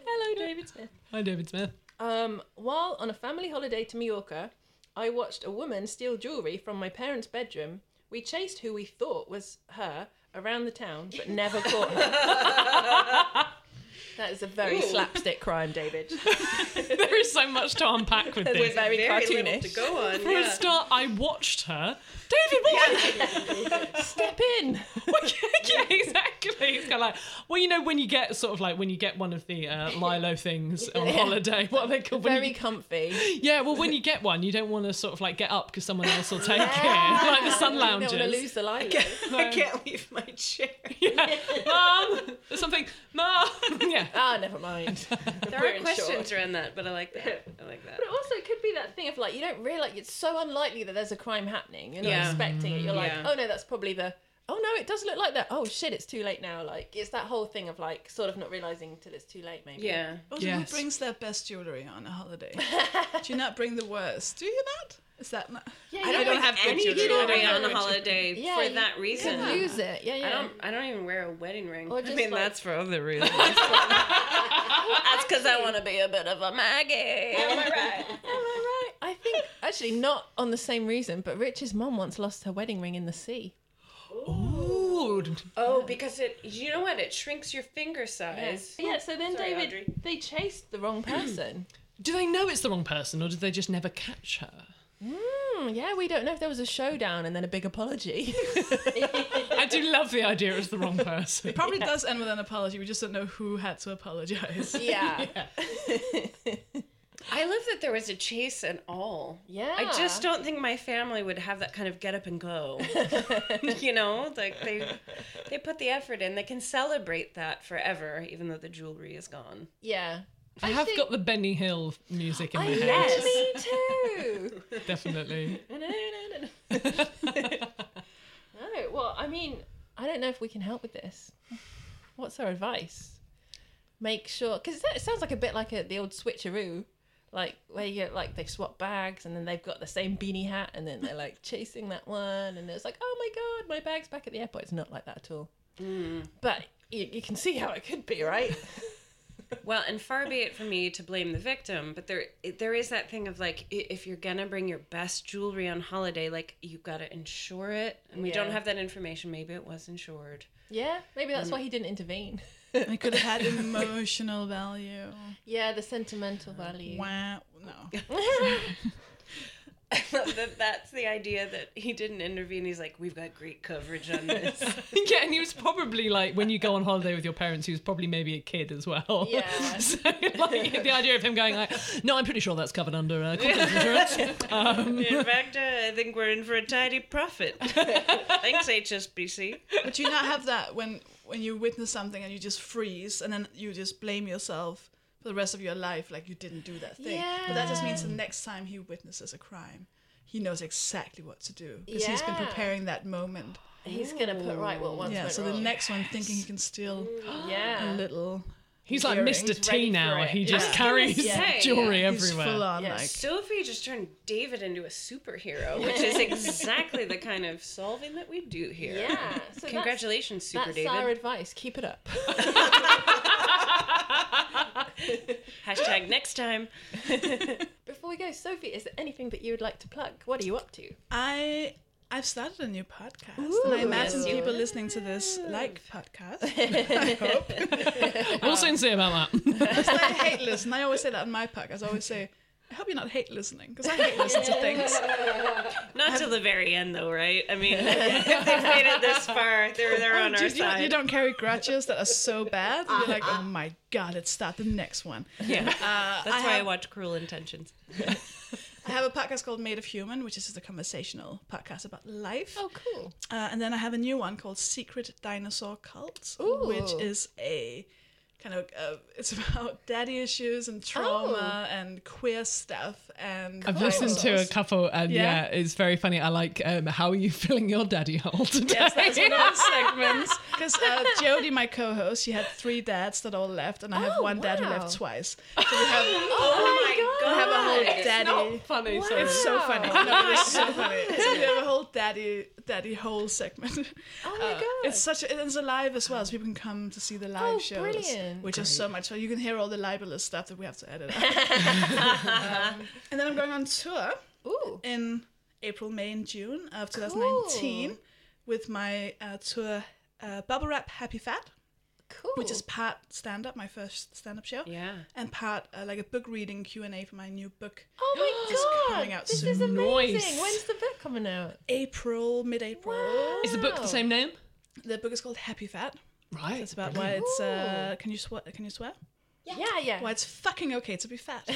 C: Hello, David Smith.
J: Hi, David Smith.
C: Um, while on a family holiday to Mallorca, I watched a woman steal jewellery from my parents' bedroom. We chased who we thought was her around the town, but never caught her. that is a very
J: Ooh.
C: slapstick crime, David.
J: there is so much to unpack with
C: There's
J: this.
C: very Very little cartoonish.
H: to go on,
J: For
H: yeah.
J: a start, I watched her. David, what?
C: Step in.
J: yeah, exactly. It's kind of like, well, you know, when you get sort of like when you get one of the uh, Lilo things on
C: Yeah.
J: holiday, what are they called? When
C: Very
J: you-
C: comfy.
J: yeah, well, when you get one, you don't want to sort of like get up because someone else will take it, like the sun
C: You don't
J: lounges.
C: wanna lose the
H: I
C: light.
H: can't, I can't leave my chair.
J: Yeah. Mom, or something. Mom. yeah.
C: Ah, never mind.
H: There
C: We're
H: are
C: in
H: questions
C: short.
H: around that, but I like that. I like that.
C: But it also could be that thing of like you don't realize it's so unlikely that there's a crime happening. You're not
H: Yeah. Mm,
C: expecting it. You're like,
H: Yeah.
C: oh no, that's probably the. Oh no, it does look like that. Oh shit, it's too late now. Like it's that whole thing of like sort of not realizing till it's too late, maybe.
F: Also, who brings their best jewelry on a holiday? Do you not bring the worst? Do you not? Is that not?
C: Yeah,
H: I don't, have
F: good
H: any
F: jewelry. I
H: jewelry
F: don't have
H: on a
F: good jewelry.
H: holiday
C: Yeah,
H: for
C: you
H: that
C: could
H: reason.
C: lose it. Yeah,
H: I
C: yeah.
H: don't. I don't even wear a wedding ring.
C: Or
H: I
C: just
H: mean,
C: like-
H: that's for other reasons.
C: Oh,
H: that's because I want to be a bit of a Maggie. Am I right?
C: I think actually not on the same reason, but Rich's mum once lost her wedding ring in the sea.
J: Ooh.
H: Oh, because it. You know what? It shrinks your finger size.
C: Yeah, so then
H: Sorry,
C: David,
H: Audrey.
C: they chased the wrong person.
J: Do they know it's the wrong person, or did they just never catch her?
C: Mm, yeah, we don't know if there was a showdown and then a big apology.
J: I do love the idea it's the wrong person.
F: It probably does end with an apology. We just don't know who had to apologize.
C: Yeah.
H: I love that there was a chase and all.
C: Yeah.
H: I just don't think my family would have that kind of get up and go. you know, like they they put the effort in. They can celebrate that forever, even though the jewelry is gone.
C: yeah.
J: I have
C: Actually-
J: got the Benny Hill music in
C: I
J: my head.
C: Oh, yes. me too.
J: Definitely.
C: No, no, no, no, no. No, well, I mean, I don't know if we can help with this. What's our advice? Make sure, because it sounds like a bit like a, the old switcheroo, like where you like they swap bags and then they've got the same beanie hat and then they're like chasing that one and it's like, oh my god, my bag's back at the airport. It's not like that at all. But you, you can see how it could be, right?
H: Well, and far be it from me to blame the victim, but there there is that thing of like i- if you're gonna bring your best jewelry on holiday, like you gotta insure it, and we don't
C: Yeah.
H: have that information. Maybe it was insured.
C: Yeah, maybe that's
H: Mm.
C: why he didn't intervene.
F: It could have had emotional value.
C: Yeah, the sentimental value.
F: Wow, no.
H: that, that's the idea that he didn't intervene. He's like, we've got great coverage on this.
J: yeah, and he was probably like when you go on holiday with your parents, he was probably maybe a kid as well.
H: Yeah.
J: so like the idea of him going like, no, I'm pretty sure that's covered under uh, corporate insurance. Um,
H: In fact, uh, I think we're in for a tidy profit. Thanks, HSBC.
F: But you not have that when when you witness something and you just freeze and then you just blame yourself for the rest of your life, like you didn't do that thing. But that just means the
C: Yeah.
F: next time he witnesses a crime, he knows exactly what to do because he's been
C: Yeah.
F: preparing that moment.
C: He's gonna put right what once
F: Yeah,
C: went
F: so the
C: wrong.
F: next one thinking he can steal
C: yeah.
F: a little.
J: He's like
F: earring.
J: Mr. He's T ready for now. it. He just carries jewelry
F: He's
J: everywhere.
F: full on,
J: Yeah.
F: like,
H: Sophie just turned David into a superhero, which is exactly the kind of solving that we do here.
C: Yeah, so that's-
H: Congratulations, Super
C: that's
H: David.
C: our advice. Keep it up.
H: Hashtag next time.
C: Before we go, Sophie, is there anything that you would like to plug? What are you up to?
F: I I've started a new podcast,
C: Ooh,
F: and I imagine
C: yes, you
F: people listening to this like podcasts. I hope.
J: we'll soon see about that.
F: It's like hate listen. I always say that on my podcast. I always say, I hope you're not hate listening because I hate listen to things.
H: Not till the very end, though, right? I mean, if they've made it this far, they're, they're on our
F: Oh, dude, you, don't-
H: side.
F: you don't carry grudges that are so bad. You're like,
C: Uh-huh.
F: oh my god, let's start the next one.
H: Yeah.
F: Uh,
H: That's
F: I
H: why I
F: have-
H: watch Cruel Intentions.
F: I have a podcast called Made of Human, which is just a conversational podcast about life.
C: Oh, cool.
F: Uh, and then I have a new one called Secret Dinosaur Cults,
C: Ooh.
F: which is a kind of uh, it's about daddy issues and
C: Oh.
F: trauma and queer stuff. And
J: I've listened to a
F: dinosaurs.
J: couple, and yeah,
F: Yeah.
J: it's very funny. I like um, how are you filling your daddy hole today?
F: Yes, that's one of the segments. Because uh, Jody, my co-host, she had three dads that all left, and I have
C: Oh,
F: one dad who
C: wow.
F: left twice. So we have,
C: Oh
F: we
C: my
F: have a
C: God.
F: whole
C: It's
F: daddy.
C: not funny, Wow. sorry.
F: It's so funny.
C: Oh
F: No,
C: my
F: it's so
C: God.
F: funny. So we have a whole daddy daddy hole segment. Oh my god! It's such a, it's alive as well, so people can come to see the live
C: Oh,
F: shows,
C: brilliant.
F: which
C: Great.
F: is so much fun. You can hear all the libelous stuff that we have to edit. out. Um, and then I'm going on tour in April, May, and June of 2019
C: Cool.
F: with my uh, tour uh, Bubble Wrap Happy Fat. Which is
C: Cool.
F: part stand up, my first stand up show.
H: Yeah.
F: And part uh, like a book reading Q and A for my new book.
C: Oh my
F: It's
C: god!
F: coming out
C: this
F: soon.
C: is amazing.
F: Nice.
C: When's the book coming out?
F: April, mid April.
J: Is the book the same name?
F: The book is called Happy Fat.
J: Right.
F: That's about why
J: brilliant.
F: it's. Uh, can you swear? Can you swear?
C: Yeah, yeah.
F: Why it's fucking okay to be fat.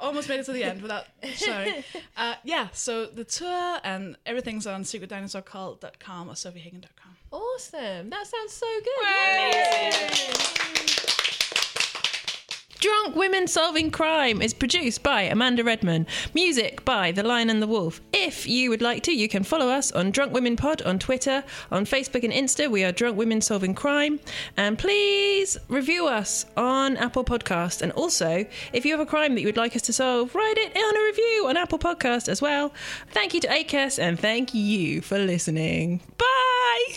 F: Almost made it to the end without. Sorry. Uh, yeah. So the tour and everything's on secretdinosaurcult.com or sophiehagen.com.
C: Awesome. That sounds so good.
H: Amazing.
G: Drunk Women Solving Crime is produced by Amanda Redman. Music by The Lion and the Wolf. If you would like to, you can follow us on Drunk Women Pod on Twitter, on Facebook and Insta. We are Drunk Women Solving Crime. And please review us on Apple Podcast. And also, if you have a crime that you would like us to solve, write it on a review on Apple Podcast as well. Thank you to ACAS and thank you for listening. Bye!